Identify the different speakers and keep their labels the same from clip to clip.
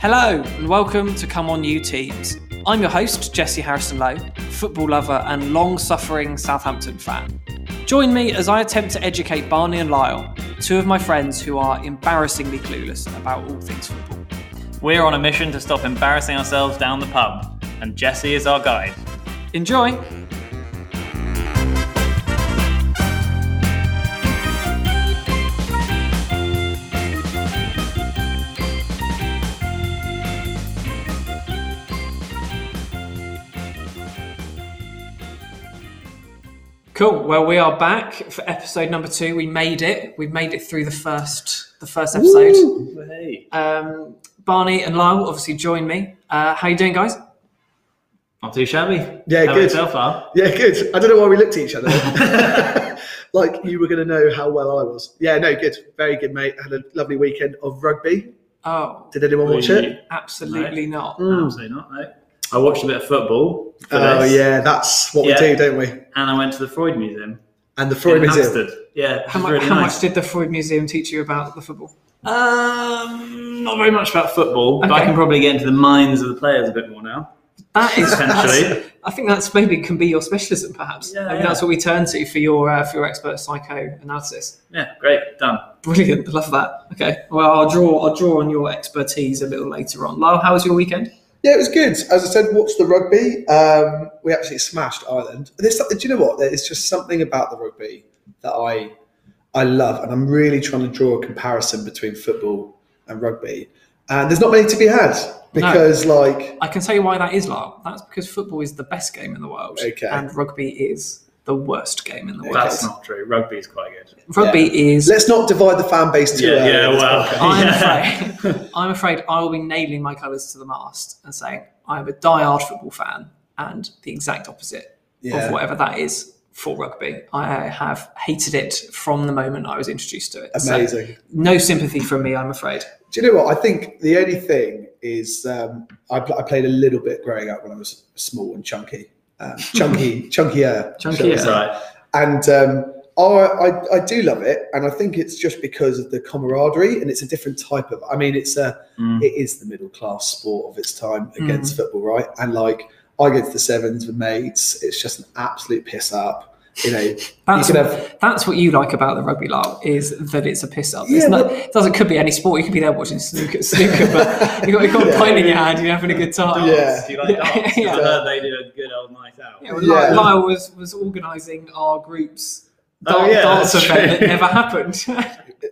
Speaker 1: Hello and welcome to Come On You Teams. I'm your host, Jesse Harrison Lowe, football lover and long suffering Southampton fan. Join me as I attempt to educate Barney and Lyle, two of my friends who are embarrassingly clueless about all things football.
Speaker 2: We're on a mission to stop embarrassing ourselves down the pub, and Jesse is our guide.
Speaker 1: Enjoy! Cool. Well, we are back for episode number two. We made it. We've made it through the first the first episode.
Speaker 2: Hey.
Speaker 1: Um, Barney and Lyle will obviously join me. Uh, how you doing, guys?
Speaker 2: Not too shabby.
Speaker 3: Yeah,
Speaker 2: How
Speaker 3: good.
Speaker 2: about yourself, Al?
Speaker 3: Yeah, good. I don't know why we looked at each other. like you were going to know how well I was. Yeah, no, good. Very good, mate. Had a lovely weekend of rugby.
Speaker 1: Oh,
Speaker 3: Did anyone watch it?
Speaker 1: absolutely not.
Speaker 2: Mm. Absolutely not, no. I watched a bit of football. for
Speaker 3: Oh,
Speaker 2: this,
Speaker 3: yeah, that's what
Speaker 2: Yeah.
Speaker 3: we do, don't we?
Speaker 2: And I went to the Freud Museum.
Speaker 3: And the Freud
Speaker 2: in
Speaker 3: Museum.
Speaker 2: Hampstead. Yeah, it
Speaker 1: How,
Speaker 2: was
Speaker 1: mu-
Speaker 2: really
Speaker 1: how
Speaker 2: nice.
Speaker 1: much did the Freud Museum teach you about the football?
Speaker 2: Um, not very much about football, but I
Speaker 1: Okay.
Speaker 2: can probably get into the minds of the players a bit more now.
Speaker 1: That is
Speaker 2: Essentially.
Speaker 1: I think that's maybe can be your specialism, perhaps.
Speaker 2: Yeah,
Speaker 1: maybe
Speaker 2: yeah.
Speaker 1: that's what we turn to for your uh, for your expert psychoanalysis.
Speaker 2: Yeah, great, done.
Speaker 1: Brilliant, love that. Okay, well, I'll draw I'll draw on your expertise a little later on. Lyle, how was your weekend?
Speaker 3: Yeah, it was good. As I said, watched the rugby. Um, we absolutely smashed Ireland. There's something. Do you know what? There's just something about the rugby that I I love, and I'm really trying to draw a comparison between football and rugby. And there's not many to be had because, like,
Speaker 1: I can tell you why that is, Lyle. That's because football is the best game in the world,
Speaker 3: Okay.
Speaker 1: and rugby is the worst game in the world.
Speaker 2: That's not true. Rugby is quite good.
Speaker 1: Rugby is.
Speaker 3: Let's not divide the fan base too
Speaker 2: Yeah,
Speaker 3: early.
Speaker 2: yeah,
Speaker 3: in this
Speaker 2: well.
Speaker 3: podcast.
Speaker 1: I'm
Speaker 2: Yeah.
Speaker 1: afraid. I'm afraid I will be nailing my colours to the mast and saying I am a diehard football fan and the exact opposite
Speaker 3: Yeah.
Speaker 1: of whatever that is for rugby. I have hated it from the moment I was introduced to it. So,
Speaker 3: Amazing.
Speaker 1: no sympathy from me, I'm afraid.
Speaker 3: Do you know what? I think the only thing is um, I, pl- I played a little bit growing up when I was small and chunky, um, chunky, chunkier, shall we
Speaker 1: Chunkier.
Speaker 3: say.
Speaker 2: Right.
Speaker 3: And um, I, I, I do love it, and I think it's just because of the camaraderie, and it's a different type of. I mean, it's a
Speaker 2: Mm.
Speaker 3: it is the middle class sport of its time
Speaker 1: Mm.
Speaker 3: against football, right? And like I go to the sevens with mates. It's just an absolute piss up. You know,
Speaker 1: That's,
Speaker 3: you can have
Speaker 1: that's what you like about the rugby, Lyle, is that it's a piss up. it's
Speaker 3: Yeah,
Speaker 1: not,
Speaker 3: but-
Speaker 1: it doesn't could be any sport. You could be there watching snooker, snooker but you've got, you've got a pint in your hand, you're having a good time.
Speaker 3: Yeah.
Speaker 2: Do you like darts?
Speaker 1: Yeah.
Speaker 2: I heard they did a good old night out.
Speaker 1: Yeah, well, Lyle-
Speaker 3: Yeah.
Speaker 1: Lyle was, was organising our group's
Speaker 2: Oh,
Speaker 1: dance,
Speaker 2: yeah,
Speaker 1: dance
Speaker 2: that's
Speaker 1: event
Speaker 2: true.
Speaker 1: that never happened.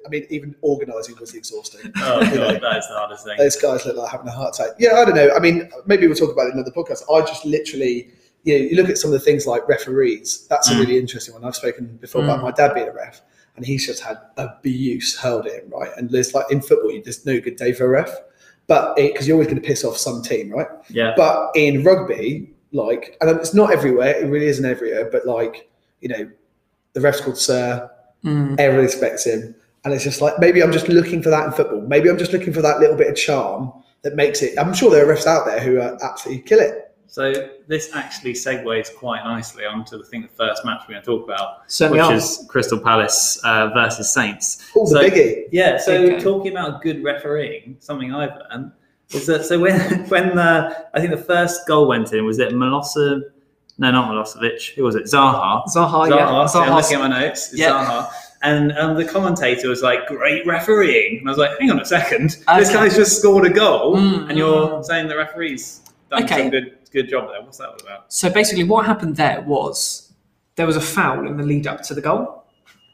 Speaker 3: I mean, even organising was exhausting.
Speaker 2: Oh
Speaker 3: You know,
Speaker 2: god, that is the hardest thing.
Speaker 3: Those guys look like having a heart attack. Yeah, I don't know. I mean, maybe we'll talk about it in another podcast. I just literally, you know, you look at some of the things like referees. That's a really interesting one. I've spoken before about my dad being a ref, and he's just had abuse hurled at him, right? And there's like in football, you just no good day for a ref, but because you're always going to piss off some team, right?
Speaker 2: Yeah.
Speaker 3: But in rugby, like, and it's not everywhere. It really isn't everywhere, but like, you know, the ref's called Sir. Everyone expects him, and it's just like maybe I'm just looking for that in football. Maybe I'm just looking for that little bit of charm that makes it. I'm sure there are refs out there who uh, absolutely kill it.
Speaker 2: So this actually segues quite nicely onto the thing the first match we're going to talk about,
Speaker 1: Certainly
Speaker 2: which
Speaker 1: are.
Speaker 2: is Crystal Palace uh, versus Saints.
Speaker 3: All the
Speaker 2: So-
Speaker 3: biggie.
Speaker 2: Yeah. So
Speaker 1: Okay.
Speaker 2: talking about good refereeing, something I've learned is that so when when the, I think the first goal went in was it Milosevic? No, not Milosevic. Who was it?
Speaker 1: Zaha,
Speaker 2: Zaha. Oh, Zaha.
Speaker 1: yeah.
Speaker 2: see, I'm looking at
Speaker 1: Zaha.
Speaker 2: my notes. It's
Speaker 1: Yeah.
Speaker 2: Zaha. And um, the commentator was like, "Great refereeing," and I was like, "Hang on a second, this
Speaker 1: Okay.
Speaker 2: guy's just scored a goal,
Speaker 1: Mm,
Speaker 2: and you're saying the referee's done
Speaker 1: Okay.
Speaker 2: some good good job there. What's that all about?"
Speaker 1: So basically, what happened there was there was a foul in the lead up to the goal.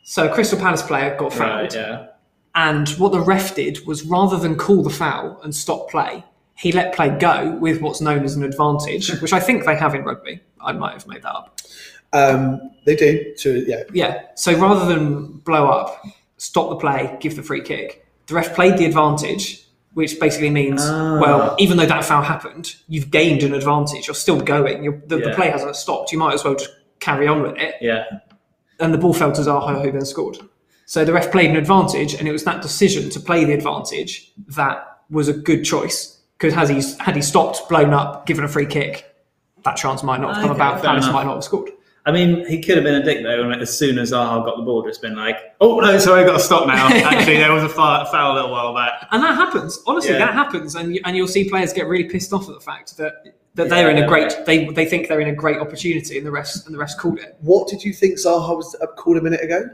Speaker 1: So a Crystal Palace player got fouled,
Speaker 2: Right, yeah.
Speaker 1: and what the ref did was rather than call the foul and stop play, he let play go with what's known as an advantage, which I think they have in rugby. I might have made that up.
Speaker 3: Um, they do. To yeah,
Speaker 1: Yeah. So rather than blow up, stop the play, give the free kick, the ref played the advantage, which basically means,
Speaker 2: Ah.
Speaker 1: well, even though that foul happened, you've gained an advantage. You're still going. You're, the, the
Speaker 2: Yeah.
Speaker 1: play hasn't stopped. You might as well just carry on with it.
Speaker 2: Yeah.
Speaker 1: And the ball fell to Zaha, who then scored. So the ref played an advantage, and it was that decision to play the advantage that was a good choice. Because had he, had he stopped, blown up, given a free kick, that chance might not have come
Speaker 2: Okay,
Speaker 1: about.
Speaker 2: fair
Speaker 1: Palace
Speaker 2: enough.
Speaker 1: might not have scored.
Speaker 2: I mean, he could have been a dick though. And like, as soon as Zaha got the ball, it's been like, oh no, sorry, I got to stop now. Actually, there was a foul, foul a little while back.
Speaker 1: And that happens. Honestly,
Speaker 2: Yeah.
Speaker 1: that happens, and you, and you'll see players get really pissed off at the fact that that they're in
Speaker 2: Yeah.
Speaker 1: a great they they think they're in a great opportunity, and the rest and the rest called it.
Speaker 3: What did you think Zaha was uh, called a minute ago?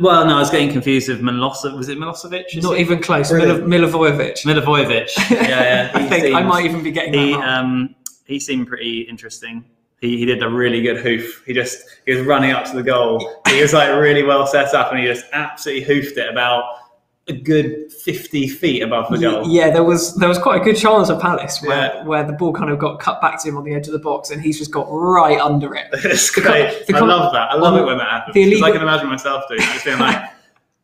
Speaker 2: Well, no, I was getting confused with Milosevic. Was it Milosevic? Is
Speaker 1: Not
Speaker 2: it-
Speaker 1: even close.
Speaker 3: Brilliant.
Speaker 1: Milo, Milivojevic.
Speaker 2: Milivojevic. Yeah, yeah.
Speaker 1: I
Speaker 2: He
Speaker 1: think I
Speaker 2: seems-
Speaker 1: might even be getting
Speaker 2: He
Speaker 1: that wrong.
Speaker 2: um he seemed pretty interesting. He, he did a really good hoof. He just he was running up to the goal. He was like really well set up, and he just absolutely hoofed it about a good fifty feet above the
Speaker 1: Y-
Speaker 2: goal.
Speaker 1: Yeah, there was there was quite a good chance of Palace where,
Speaker 2: Yeah.
Speaker 1: where the ball kind of got cut back to him on the edge of the box, and he's just got right under it.
Speaker 2: It's great.
Speaker 1: the
Speaker 2: I
Speaker 1: com-
Speaker 2: love that. I love
Speaker 1: on
Speaker 2: it when that happens.
Speaker 1: the
Speaker 2: 'cause I
Speaker 1: illegal-
Speaker 2: can imagine myself doing it, just being like,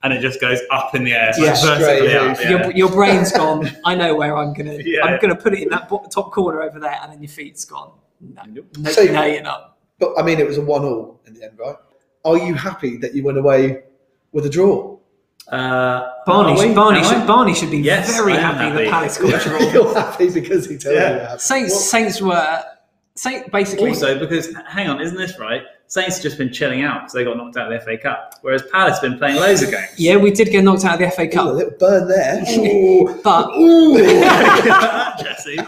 Speaker 2: and it just goes up in the air,
Speaker 1: Yeah,
Speaker 2: yeah, vertically
Speaker 3: straight
Speaker 2: up. Yeah.
Speaker 3: hoof.
Speaker 1: Your, your brain's gone. I know where I'm gonna.
Speaker 2: Yeah.
Speaker 1: I'm gonna put it in that bo- top corner over there, and then your feet's gone. No, no,
Speaker 3: So-
Speaker 1: no you're not.
Speaker 3: But I mean, it was a one-all in the end, right? Are you happy that you went away with a draw?
Speaker 2: Uh,
Speaker 1: Barney,
Speaker 2: are we?
Speaker 1: should, Barney,
Speaker 2: Am I?
Speaker 1: should, Barney should be
Speaker 2: Yes,
Speaker 1: very
Speaker 2: I am
Speaker 1: happy that
Speaker 2: happy.
Speaker 1: Palace got a draw.
Speaker 3: You're happy because he told
Speaker 2: Yeah.
Speaker 3: you. you're happy.
Speaker 1: Saints,
Speaker 3: Well,
Speaker 1: Saints were Saint basically.
Speaker 2: Also, because hang on, isn't this right? Saints have just been chilling out because they got knocked out of the FA Cup, whereas Palace have been playing loads of games.
Speaker 1: yeah, we did get knocked out of the FA
Speaker 3: ooh, a
Speaker 1: Cup,
Speaker 3: little burn there. Ooh.
Speaker 1: but
Speaker 3: Ooh.
Speaker 2: Jesse.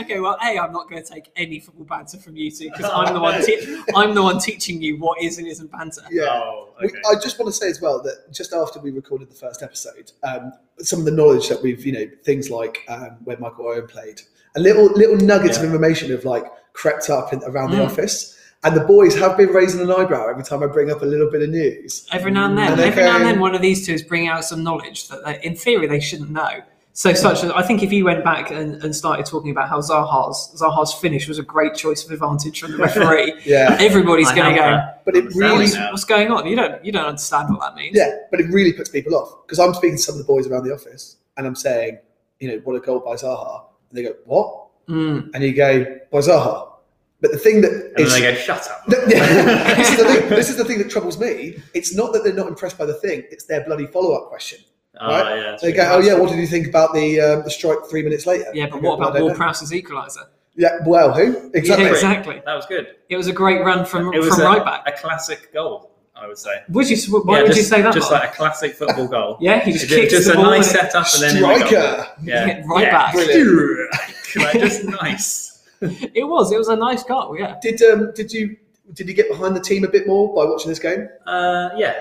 Speaker 1: Okay, well, a I'm not going to take any football banter from you two because I'm the one. Te- I'm the one teaching you what is and isn't banter.
Speaker 3: yeah.
Speaker 2: Oh,
Speaker 3: We-
Speaker 2: okay.
Speaker 3: I just want to say as well that just after we recorded the first episode, um, some of the knowledge that we've, you know, things like um, where Michael Owen played, a little little nuggets of
Speaker 2: Yeah.
Speaker 3: information have like crept up in, around the office, and the boys have been raising an eyebrow every time I bring up a little bit of news.
Speaker 1: Every now and then,
Speaker 2: Mm,
Speaker 3: And
Speaker 1: every now and
Speaker 3: okay.
Speaker 1: then, one of these two is bringing out some knowledge that, they, in theory, they shouldn't know. So, such as I think, if you went back and, and started talking about how Zaha's Zaha's finish was a great choice of advantage from the referee,
Speaker 3: Yeah,
Speaker 1: everybody's
Speaker 2: I
Speaker 1: going to
Speaker 2: have
Speaker 1: go,
Speaker 2: that.
Speaker 3: but it
Speaker 2: I'm selling
Speaker 3: really
Speaker 1: "What's-
Speaker 2: now.
Speaker 1: "What's going on? You don't you don't understand what that means."
Speaker 3: Yeah, but it really puts people off because I'm speaking to some of the boys around the office and I'm saying, you know, what a goal by Zaha. And they go, what?
Speaker 2: Hmm.
Speaker 1: Mm.
Speaker 3: And you go, by Zaha. But the thing that
Speaker 2: And then
Speaker 3: is-
Speaker 2: they go, shut up.
Speaker 3: Th- yeah. this, is the thing, this is the thing that troubles me. It's not that they're not impressed by the thing; it's their bloody follow-up question.
Speaker 2: Oh,
Speaker 3: right?
Speaker 2: yeah,
Speaker 3: They go, "Oh yeah, what did you think about the um, the strike three minutes later?"
Speaker 1: Yeah, but
Speaker 3: I go,
Speaker 1: what
Speaker 3: "Well,
Speaker 1: about
Speaker 3: I don't
Speaker 1: Ward
Speaker 3: know."
Speaker 1: Prowse's equaliser?
Speaker 3: Yeah, well, who exactly?
Speaker 1: Yeah, exactly.
Speaker 2: That was good.
Speaker 1: It was a great run from
Speaker 2: It was
Speaker 1: from
Speaker 2: a,
Speaker 1: right back.
Speaker 2: a classic goal, I would say.
Speaker 1: Would you? Why
Speaker 2: Yeah,
Speaker 1: would
Speaker 2: just,
Speaker 1: you say that?
Speaker 2: Just
Speaker 1: Mark?
Speaker 2: like a classic football goal.
Speaker 1: Yeah, he just
Speaker 2: Ju-
Speaker 1: kicks
Speaker 2: just
Speaker 1: the
Speaker 2: a
Speaker 1: ball
Speaker 2: nice
Speaker 1: and it-
Speaker 2: setup and then in the goal.
Speaker 3: Striker.
Speaker 2: Yeah.
Speaker 1: Right
Speaker 2: Yeah.
Speaker 1: back.
Speaker 3: Brilliant.
Speaker 2: like, just nice.
Speaker 1: It was. It was a nice goal. Yeah.
Speaker 3: Did um did you did you get behind the team a bit more by watching this game?
Speaker 2: Uh, yeah,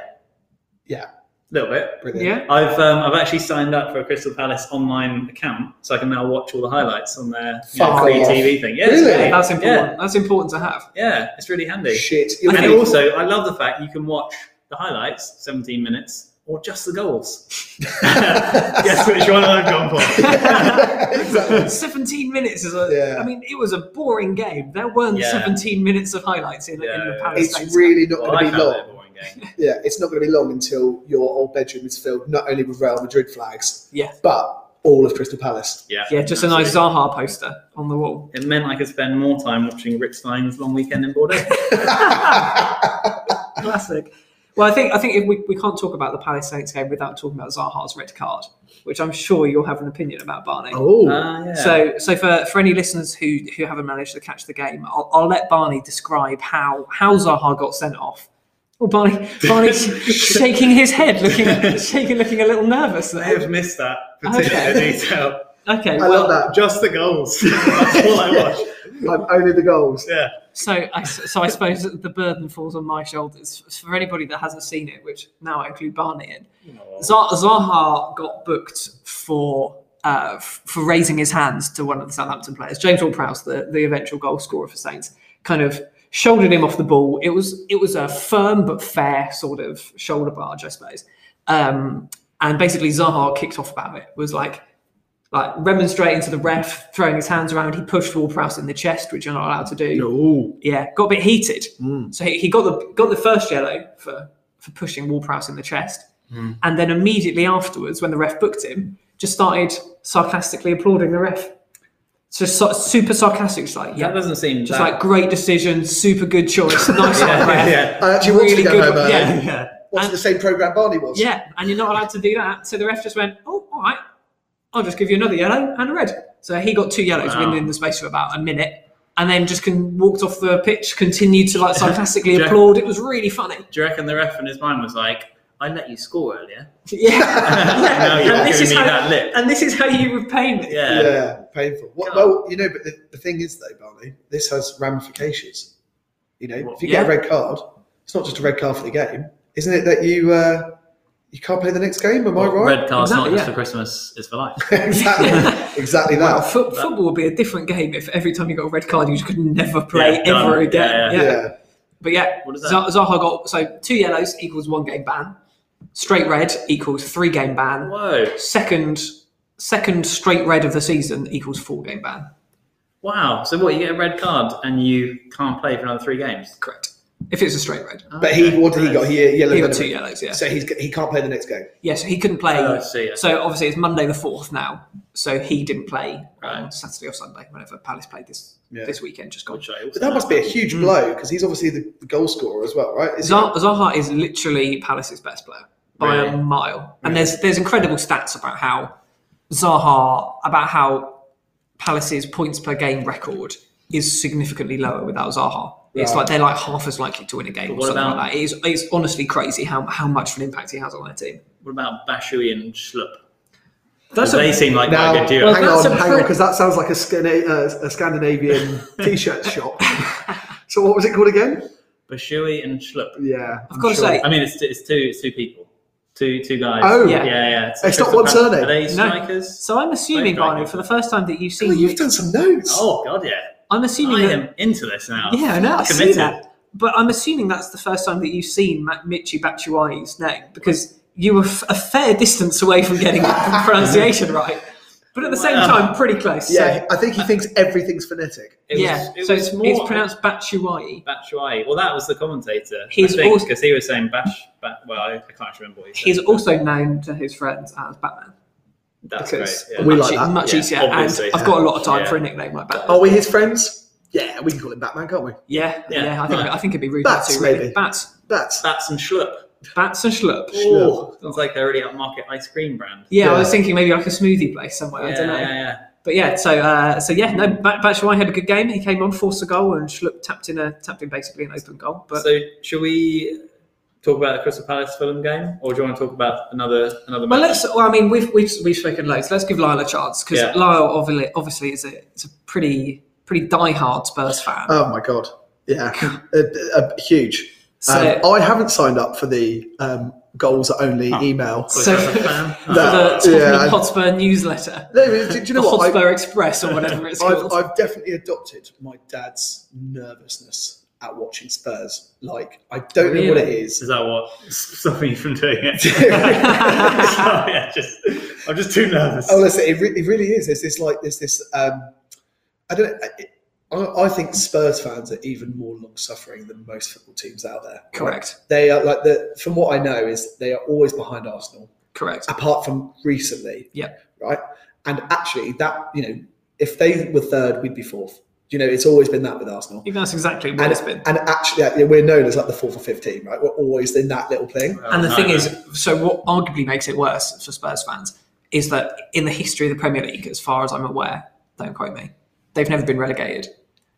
Speaker 3: Yeah,
Speaker 2: a little bit.
Speaker 3: brilliant.
Speaker 1: Yeah.
Speaker 2: I've um, I've actually signed up for a Crystal Palace online account, so I can now watch all the highlights on their you know,
Speaker 3: Fuck
Speaker 2: free
Speaker 3: off.
Speaker 2: TV thing. Yeah,
Speaker 3: Really?
Speaker 2: it's great.
Speaker 1: That's important.
Speaker 2: Yeah,
Speaker 1: That's important to have.
Speaker 2: yeah, it's really handy.
Speaker 3: Shit. You're
Speaker 1: I
Speaker 2: And
Speaker 1: think-
Speaker 2: also, I love the fact you can watch the highlights, 17 minutes, or just the goals. Guess which one I've gone for.
Speaker 3: exactly.
Speaker 1: 17 minutes is a.
Speaker 3: Yeah.
Speaker 1: I mean, it was a boring game. There weren't
Speaker 2: Yeah.
Speaker 1: 17 minutes of highlights in, in the
Speaker 2: Yeah.
Speaker 1: Palace.
Speaker 3: It's
Speaker 1: Saints
Speaker 3: really not
Speaker 2: well, I
Speaker 3: going to be
Speaker 2: found
Speaker 3: long.
Speaker 2: it a boring game.
Speaker 3: Yeah, it's not going to be long until your old bedroom is filled not only with Real Madrid flags,
Speaker 1: Yeah.
Speaker 3: but all of Crystal Palace.
Speaker 2: Yeah,
Speaker 1: game. Yeah, just a nice Zaha poster on the wall.
Speaker 2: It meant I could spend more time watching Rick Stein's Long Weekend in Bordeaux.
Speaker 1: Classic. Well, I think I think if we, we can't talk about the Palace Saints game without talking about Zaha's red card, which I'm sure you'll have an opinion about, Barney.
Speaker 3: Oh,
Speaker 2: Ah, yeah.
Speaker 1: So, so for, for any listeners who who haven't managed to catch the game, I'll, I'll let Barney describe how how Zaha got sent off. Oh, Barney, Barney's shaking his head, looking shaking, looking a little nervous
Speaker 2: I
Speaker 1: there.
Speaker 2: have missed that particular
Speaker 1: Okay.
Speaker 2: detail.
Speaker 1: Okay,
Speaker 3: I
Speaker 1: well,
Speaker 3: love that.
Speaker 2: Just the goals. That's all I watched.
Speaker 3: I'm only the goals.
Speaker 2: Yeah.
Speaker 1: so I, so I suppose the burden falls on my shoulders for anybody that hasn't seen it, which now I include Barney in. Za- Zaha got booked for uh, f- for raising his hands to one of the Southampton players. James Ward-Prowse, the, the eventual goal scorer for Saints, kind of shouldered him off the ball. It was it was a firm but fair sort of shoulder barge, I suppose. Um, and basically, Zaha kicked off about it. Was like like remonstrating to the ref, throwing his hands around. He pushed Ward-Prowse in the chest, which you're not allowed to do.
Speaker 3: No.
Speaker 1: Yeah, got a bit heated.
Speaker 2: Hmm.
Speaker 1: So he, he got the got the first yellow for for pushing Walprouse in the chest,
Speaker 2: Hmm.
Speaker 1: and then immediately afterwards, when the ref booked him, just started sarcastically applauding the ref. So, so super sarcastic, just like
Speaker 2: That
Speaker 1: yeah,
Speaker 2: doesn't seem
Speaker 1: just
Speaker 2: that-
Speaker 1: like great decision, super good choice, nice one, ref.
Speaker 2: yeah.
Speaker 3: I actually wanted Uh, to go home early.
Speaker 1: yeah,
Speaker 2: yeah.
Speaker 3: Watching the same programme Barney was.
Speaker 1: yeah, and you're not allowed to do that. So the ref just went, oh, all right, I'll just give you another yellow and a red. So he got two yellows
Speaker 2: Wow.
Speaker 1: within the space of about a minute. and then just can walked off the pitch, continued to like sarcastically
Speaker 2: Yeah.
Speaker 1: applaud. It was really funny.
Speaker 2: Do you reckon the ref in his mind was like, I let you score earlier?
Speaker 1: Yeah.
Speaker 2: Now
Speaker 1: And
Speaker 2: you're
Speaker 1: this
Speaker 2: giving
Speaker 1: is
Speaker 2: me
Speaker 1: how-
Speaker 2: that lip.
Speaker 1: And this is how you repay me.
Speaker 2: Yeah.
Speaker 3: yeah, painful. What,
Speaker 2: God.
Speaker 3: well, you know, but the, the thing is, though, Barney, this has ramifications. You know, if you get a
Speaker 1: Yeah.
Speaker 3: red card, it's not just a red card for the game, isn't it? That you uh, you can't play the next game. Am I right?
Speaker 2: Red card's
Speaker 1: Exactly,
Speaker 2: not just
Speaker 1: yeah.
Speaker 2: for Christmas, it's for life.
Speaker 3: exactly, exactly
Speaker 1: Wow,
Speaker 3: that.
Speaker 1: foot, football would be a different game if every time you got a red card, you could never play
Speaker 2: Yeah, done.
Speaker 1: ever again. Yeah.
Speaker 2: Yeah,
Speaker 3: Yeah.
Speaker 1: But yeah,
Speaker 2: What is that?
Speaker 1: Zaha Zaha got so two yellows equals one game ban, straight red equals three game ban,
Speaker 2: Whoa.
Speaker 1: second second straight red of the season equals four game ban.
Speaker 2: Wow. So what, you get a red card and you can't play for another three games?
Speaker 1: Correct. If it's a straight red,
Speaker 3: But he, what did he got? He uh, yellow.
Speaker 1: he got
Speaker 3: and a
Speaker 1: two
Speaker 3: red.
Speaker 1: yellows. Yeah.
Speaker 3: So he's he can't play the next game.
Speaker 1: Yes, he couldn't play.
Speaker 2: Oh, I see, I
Speaker 1: So obviously it's Monday the fourth now. So he didn't play on
Speaker 2: Right.
Speaker 1: Saturday or Sunday, whenever Palace played this
Speaker 3: Yeah.
Speaker 1: this weekend. Just gone.
Speaker 2: Which uh, I also
Speaker 3: But that must be a huge
Speaker 1: Mm.
Speaker 3: blow because he's obviously the, the goal scorer as well, right? Is he-
Speaker 1: Zaha, Zaha is literally Palace's best player by a
Speaker 2: Really?
Speaker 1: mile, and there's there's incredible stats about how Zaha about how Palace's points per game record is significantly lower without Zaha. It's
Speaker 3: Right.
Speaker 1: like they're like half as likely to win a game or
Speaker 2: what
Speaker 1: something
Speaker 2: about-
Speaker 1: like that. It is, it's honestly crazy how, how much of an impact he has on their team.
Speaker 2: What about Bashui and Schlupp?
Speaker 1: That's
Speaker 2: they seem like
Speaker 3: Now,
Speaker 2: quite a good duo.
Speaker 1: Well,
Speaker 3: hang
Speaker 1: that's
Speaker 3: on,
Speaker 1: a
Speaker 3: hang on,
Speaker 1: pretty-
Speaker 3: because that sounds like a, Scana- uh, a Scandinavian t-shirt shop. So what was it called again?
Speaker 2: Bashui and Schlupp.
Speaker 3: Yeah,
Speaker 1: I've got to say,
Speaker 2: I mean, it's, it's two it's two people, two two guys.
Speaker 3: Oh.
Speaker 2: yeah,
Speaker 1: Yeah.
Speaker 2: yeah. yeah.
Speaker 3: It's not one
Speaker 2: Crystal Palace.
Speaker 3: surname.
Speaker 2: Are they
Speaker 1: No.
Speaker 2: strikers?
Speaker 1: So I'm assuming,
Speaker 2: Both right.
Speaker 1: Barney, for the first time that you've
Speaker 3: Oh,
Speaker 1: seen,
Speaker 3: you've done some notes.
Speaker 2: Oh God, yeah.
Speaker 1: I'm
Speaker 2: I
Speaker 1: assuming that,
Speaker 2: am into this now.
Speaker 1: yeah, no, I see
Speaker 2: Committed.
Speaker 1: that. But I'm assuming that's the first time that you've seen Ma- Michi Batshuayi's name because you were f- a fair distance away from getting the pronunciation right, but at the same
Speaker 2: Wow.
Speaker 1: time, pretty close.
Speaker 3: yeah, I think he thinks everything's phonetic.
Speaker 1: so,
Speaker 2: It was-
Speaker 1: yeah.
Speaker 2: it
Speaker 1: so
Speaker 2: was
Speaker 1: it's,
Speaker 2: more
Speaker 1: it's pronounced Batshuayi.
Speaker 2: Batshuayi. Well, that was the commentator.
Speaker 1: He's
Speaker 2: He's because
Speaker 1: also-
Speaker 2: he was saying Bash. Bat, well, I, I can't actually remember what he said.
Speaker 1: He's also known to his friends as Batman.
Speaker 2: That's
Speaker 1: Because
Speaker 2: great. Yeah.
Speaker 3: We
Speaker 1: much,
Speaker 3: like that. Oh.
Speaker 1: much
Speaker 2: Yeah,
Speaker 1: easier, and
Speaker 2: obviously.
Speaker 1: I've got a lot of time
Speaker 2: Yeah.
Speaker 1: for a nickname like Batman.
Speaker 3: Are we his friends? Yeah, we can call him Batman, can't we?
Speaker 1: yeah, yeah,
Speaker 2: Yeah.
Speaker 1: I think
Speaker 2: Right.
Speaker 1: I think it'd be rude
Speaker 3: Bats,
Speaker 1: to really.
Speaker 3: maybe.
Speaker 1: Bats,
Speaker 3: That's
Speaker 2: Bats and Schlupp.
Speaker 1: bats, and schlup.
Speaker 2: Oh, sounds like a really upmarket ice cream brand.
Speaker 1: Yeah, I
Speaker 3: Yeah.
Speaker 1: was thinking maybe like a smoothie place somewhere. I
Speaker 2: yeah,
Speaker 1: don't know.
Speaker 2: yeah, yeah.
Speaker 1: But yeah, so uh, so yeah, no, Ba- Batshuayi had a good game. He came on, forced a goal, and Schlupp tapped in a tapped in basically an open goal. But
Speaker 2: so should we talk about the Crystal Palace Fulham game, or do you want to talk about another another?
Speaker 1: well, let's.
Speaker 2: match?
Speaker 1: Well, I mean, we've we've we've spoken loads. Let's give Lyle a chance because
Speaker 2: Yeah.
Speaker 1: Lyle obviously obviously is a is a pretty pretty diehard Spurs fan.
Speaker 3: oh my god, yeah, uh, uh, huge.
Speaker 1: So-
Speaker 3: um, I haven't signed up for the um, goals only
Speaker 1: Oh.
Speaker 3: email.
Speaker 1: so-
Speaker 2: As a fan. Oh,
Speaker 1: for the Tottenham
Speaker 3: yeah.
Speaker 1: Hotspur newsletter,
Speaker 3: No, do, do you know
Speaker 1: the
Speaker 3: what? I-
Speaker 1: Hotspur Express or whatever it's
Speaker 3: I've,
Speaker 1: called.
Speaker 3: I've definitely adopted my dad's nervousness at watching Spurs. Like, I don't know what it is.
Speaker 2: Is that what stopping you from doing it? Sorry, I just, I'm just too nervous.
Speaker 3: Oh, listen, it, re- it really is. There's this like, there's this. Um, I don't. I- I, I think Spurs fans are even more long-suffering than most football teams out there.
Speaker 1: correct,
Speaker 3: They are like the. From what I know, is they are always behind Arsenal,
Speaker 1: correct.
Speaker 3: apart from recently.
Speaker 1: Yep.
Speaker 3: Right. And actually, that you know, if they were third, we'd be fourth. You know, it's always been that with Arsenal.
Speaker 1: You that's exactly what
Speaker 3: and,
Speaker 1: it's been.
Speaker 3: and actually, yeah, we're known as like the fourth or fifth team, right? We're always in that little thing.
Speaker 1: And the
Speaker 2: Oh, no,
Speaker 1: thing
Speaker 2: no.
Speaker 1: is, so what arguably makes it worse for Spurs fans is that in the history of the Premier League, as far as I'm aware, don't quote me, they've never been relegated.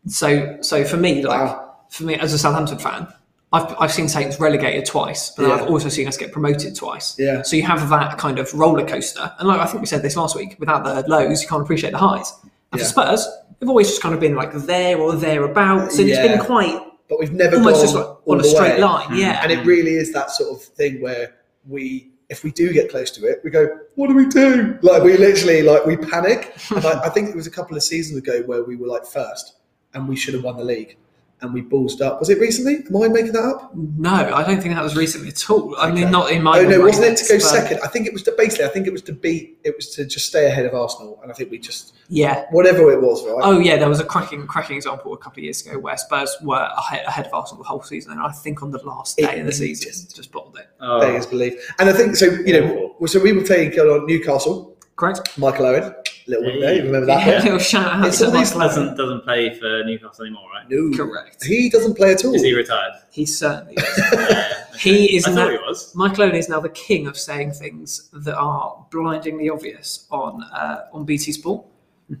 Speaker 1: So, so for me, like
Speaker 3: Wow.
Speaker 1: for me as a Southampton fan, I've I've seen Saints relegated twice, but then
Speaker 3: Yeah.
Speaker 1: I've also seen us get promoted twice.
Speaker 3: Yeah.
Speaker 1: So you have that kind of roller coaster, and like I think we said this last week, without the lows, you can't appreciate the highs. And for
Speaker 3: Yeah.
Speaker 1: Spurs, they've always just kind of been like there or thereabouts, and it's
Speaker 3: Yeah.
Speaker 1: been quite
Speaker 3: But we've never
Speaker 1: almost
Speaker 3: gone
Speaker 1: just like
Speaker 3: all
Speaker 1: on a
Speaker 3: the
Speaker 1: straight
Speaker 3: way.
Speaker 1: line.
Speaker 2: Hmm.
Speaker 1: Yeah.
Speaker 3: And it really is that sort of thing where we, if we do get close to it, we go, "What do we do?" Like we literally, like we panic. and I, I think it was a couple of seasons ago where we were like first, and we should have won the league, and we ballsed up. Was it recently? Am I making that up?
Speaker 1: No, I don't think that was recently at all. I mean, not in my.
Speaker 3: oh no, wasn't it
Speaker 1: memories,
Speaker 3: to go
Speaker 1: but-
Speaker 3: second? I think it was to basically. I think it was to beat. It was to just stay ahead of Arsenal, and I think we just
Speaker 1: Yeah.
Speaker 3: whatever it was, right?
Speaker 1: Oh yeah, there was a cracking, cracking example a couple of years ago where Spurs were ahead, ahead of Arsenal the whole season, and I think on the last day of the
Speaker 3: It-
Speaker 1: season just bottled it.
Speaker 2: Oh,
Speaker 3: Beggars belief. And I think so. You know, well, so we were playing going on Newcastle.
Speaker 1: Correct.
Speaker 3: Michael Owen, little
Speaker 2: Yeah,
Speaker 3: win there. You remember that?
Speaker 1: Yeah.
Speaker 3: one?
Speaker 1: Little shout out.
Speaker 3: It's
Speaker 1: to
Speaker 3: all these
Speaker 1: Mark Lowry.
Speaker 2: doesn't doesn't play for Newcastle anymore, right?
Speaker 3: No,
Speaker 1: Correct.
Speaker 3: He doesn't play at all.
Speaker 2: Is he retired?
Speaker 1: He certainly. Is.
Speaker 2: Yeah,
Speaker 1: He is
Speaker 2: I
Speaker 1: now-
Speaker 2: thought he was.
Speaker 1: Michael Owen is now the king of saying things that are blindingly obvious on uh, on BT Sport.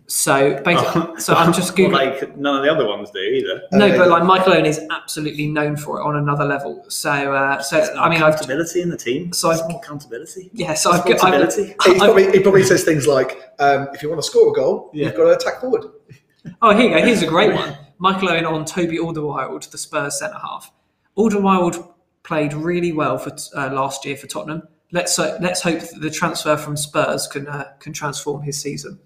Speaker 1: So basically, so I'm just
Speaker 2: Well,
Speaker 1: googling.
Speaker 2: like none of the other ones do either.
Speaker 1: no,
Speaker 3: Okay.
Speaker 1: but like Michael Owen is absolutely known for it on another level. So, uh, so it's- I mean, I've
Speaker 2: accountability in the team.
Speaker 1: So I've-
Speaker 2: It's more accountability.
Speaker 1: yeah, so I've, I've
Speaker 2: Responsibility.
Speaker 3: He probably, he probably says things like, um, if you want to score a goal,
Speaker 2: Yeah.
Speaker 3: you've got to attack forward.
Speaker 1: Oh, here you go. Here's a great one. Michael Owen on Toby Alderweireld, the Spurs centre half. Alderweireld played really well for uh, last year for Tottenham. Let's uh, let's hope that the transfer from Spurs can uh, can transform his season.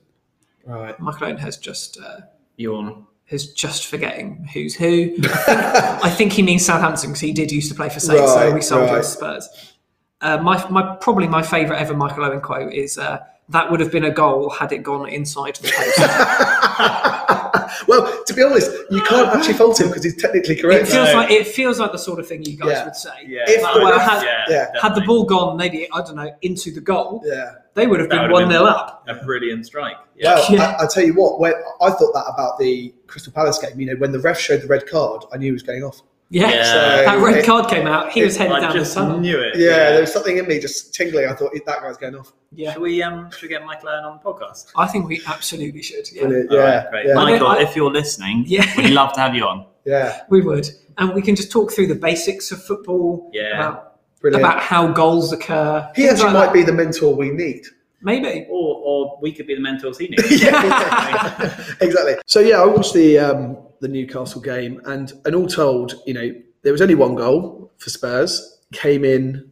Speaker 3: Right.
Speaker 1: Michael Owen has just uh,
Speaker 2: Yawn.
Speaker 1: is just forgetting who's who. I think he means Southampton because he did used to play for Saints, so
Speaker 3: Right,
Speaker 1: we sold him to
Speaker 3: right.
Speaker 1: Spurs. Uh, my, my probably my favourite ever Michael Owen quote is uh, that would have been a goal had it gone inside the post.
Speaker 3: well, to be honest, you can't actually fault him because he's technically
Speaker 1: it
Speaker 3: correct.
Speaker 1: feels
Speaker 2: No.
Speaker 1: like it feels like the sort of thing you guys
Speaker 3: Yeah.
Speaker 1: would say.
Speaker 2: Yeah.
Speaker 3: If-
Speaker 2: that
Speaker 3: well,
Speaker 2: would-
Speaker 1: had-
Speaker 3: yeah,
Speaker 1: Had the
Speaker 2: definitely.
Speaker 1: ball gone, maybe I don't know, into the goal,
Speaker 3: yeah.
Speaker 1: they would have
Speaker 2: That
Speaker 1: been
Speaker 2: would
Speaker 1: one
Speaker 2: have
Speaker 1: 0
Speaker 2: been-
Speaker 1: up.
Speaker 2: a brilliant strike. Yeah.
Speaker 3: Well,
Speaker 1: Yeah.
Speaker 3: I, I tell you what, when, I thought that about the Crystal Palace game. You know, when the ref showed the red card, I knew he was going off.
Speaker 1: Yeah,
Speaker 2: Yeah.
Speaker 1: that red
Speaker 3: it-
Speaker 1: card came out. He was headed
Speaker 2: I
Speaker 1: down the
Speaker 2: just
Speaker 1: tunnel.
Speaker 2: knew it.
Speaker 3: Yeah, there was something in me just tingling. I thought that guy's going off.
Speaker 1: Yeah,
Speaker 2: Should we um should we get Michael Owen on the podcast?
Speaker 1: I think we absolutely should. Yeah,
Speaker 3: Brilliant.
Speaker 2: All
Speaker 3: Yeah,
Speaker 2: right, great.
Speaker 3: yeah,
Speaker 1: Mine-
Speaker 2: Michael,
Speaker 1: I-
Speaker 2: if you're listening,
Speaker 1: Yeah.
Speaker 2: we'd love to have you on.
Speaker 3: yeah,
Speaker 1: we would, and we can just talk through the basics of football.
Speaker 2: Yeah.
Speaker 1: About,
Speaker 3: brilliant.
Speaker 1: about how goals occur.
Speaker 3: he actually might be the mentor we need.
Speaker 1: Maybe.
Speaker 2: Or or we could be the mentors he needs.
Speaker 3: exactly. So yeah, I watched the um, the Newcastle game, and and all told, you know, there was only one goal for Spurs. Came in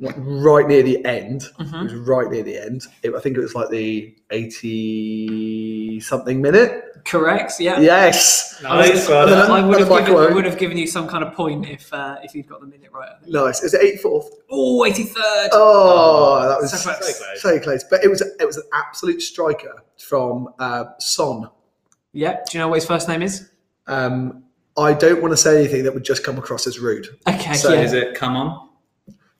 Speaker 3: like right near the end.
Speaker 2: Mm-hmm.
Speaker 3: It was right near the end. It, I think it was like the eighty something minute.
Speaker 1: Correct. Yeah.
Speaker 3: Yes.
Speaker 2: Nice.
Speaker 3: And then-
Speaker 1: I
Speaker 3: and
Speaker 1: would
Speaker 3: then
Speaker 1: have,
Speaker 3: Michael
Speaker 1: given,
Speaker 3: Owen.
Speaker 1: would have given you some kind of point if uh, if you'd got the minute right.
Speaker 3: Nice. Is it eighty fourth?
Speaker 1: Oh, 83rd.
Speaker 3: Oh, that was
Speaker 1: So
Speaker 3: so
Speaker 1: close.
Speaker 3: close.
Speaker 2: So close.
Speaker 3: But it was it was an absolute striker from uh, Son.
Speaker 1: Yeah. Do you know what his first name is?
Speaker 3: Um, I don't want to say anything that would just come across as rude.
Speaker 1: Okay.
Speaker 3: So
Speaker 1: yeah.
Speaker 2: Is it come on?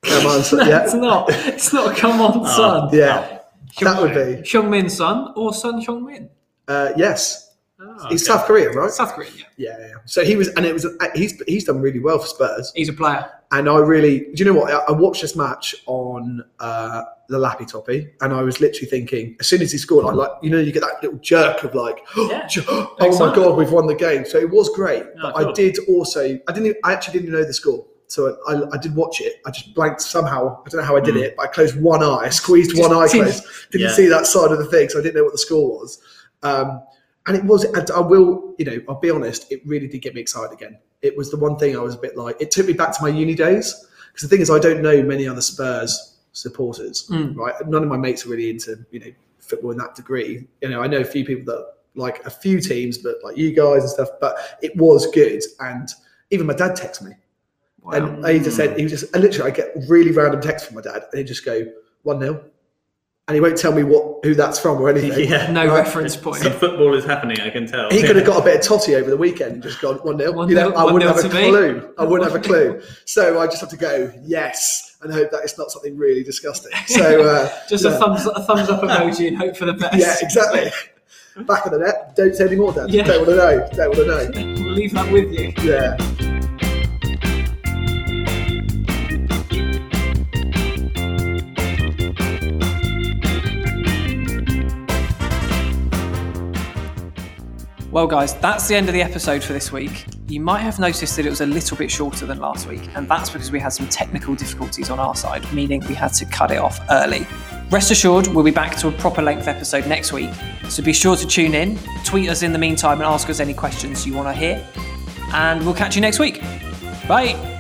Speaker 3: Come on, so-
Speaker 1: It's
Speaker 3: yeah, Ah,
Speaker 1: not. It's not. Come on, son.
Speaker 3: yeah, that would be
Speaker 1: Hyung Min Son or Son Hyung Min.
Speaker 3: uh, yes.
Speaker 2: Oh,
Speaker 3: He's
Speaker 2: okay.
Speaker 3: South Korean, right?
Speaker 1: South Korean. Yeah.
Speaker 3: Yeah, yeah. So he was, and it was. uh, He's he's done really well for Spurs,
Speaker 1: He's a player.
Speaker 3: and I really. Do you know what? I, I watched this match on uh, the Lappy Toppy, and I was literally thinking, as soon as he scored, I like, you know, you get that little jerk of like,
Speaker 1: Yeah.
Speaker 3: oh
Speaker 1: Excited.
Speaker 3: my god, we've won the game. So it was great.
Speaker 2: Oh,
Speaker 3: but
Speaker 2: cool.
Speaker 3: I did also, I didn't, even- I actually didn't know the score. So I, I did watch it. I just blanked somehow. I don't know how I did it, but I closed one eye. I squeezed
Speaker 1: Just
Speaker 3: one eye
Speaker 1: didn't-
Speaker 3: closed. Didn't
Speaker 2: Yeah.
Speaker 3: see that side of the thing, so I didn't know what the score was. Um, and it was. And I will, you know, I'll be honest. It really did get me excited again. It was the one thing I was a bit like. It took me back to my uni days because the thing is, I don't know many other Spurs supporters. Right, none of my mates are really into you know football in that degree. You know, I know a few people that like a few teams, but like you guys and stuff. But it was good, and even my dad texted me. And he just said, he was just, and literally, I get really random texts from my dad, and he just go one 0 and he won't tell me what who that's from or anything.
Speaker 2: Yeah.
Speaker 1: No reference point.
Speaker 2: Some football is happening, I can tell.
Speaker 3: He could have got a bit of totty over the weekend and just gone one 0 You know,
Speaker 1: 1-0,
Speaker 3: I wouldn't have a
Speaker 1: 1-0 to me.
Speaker 3: clue. I wouldn't have a clue. So I just have to go yes and hope that it's not something really disgusting. So uh,
Speaker 1: Just
Speaker 3: yeah.
Speaker 1: a thumbs a thumbs up emoji and hope for the best.
Speaker 3: Yeah, exactly. Back of the net. Don't say any more, Dad.
Speaker 1: Yeah.
Speaker 3: Don't want to know. Don't want to know.
Speaker 1: We'll leave that with you.
Speaker 3: Yeah.
Speaker 1: Well, guys, that's the end of the episode for this week. You might have noticed that it was a little bit shorter than last week, and that's because we had some technical difficulties on our side, meaning we had to cut it off early. Rest assured, we'll be back to a proper length episode next week, so be sure to tune in, tweet us in the meantime, and ask us any questions you want to hear. And we'll catch you next week. Bye.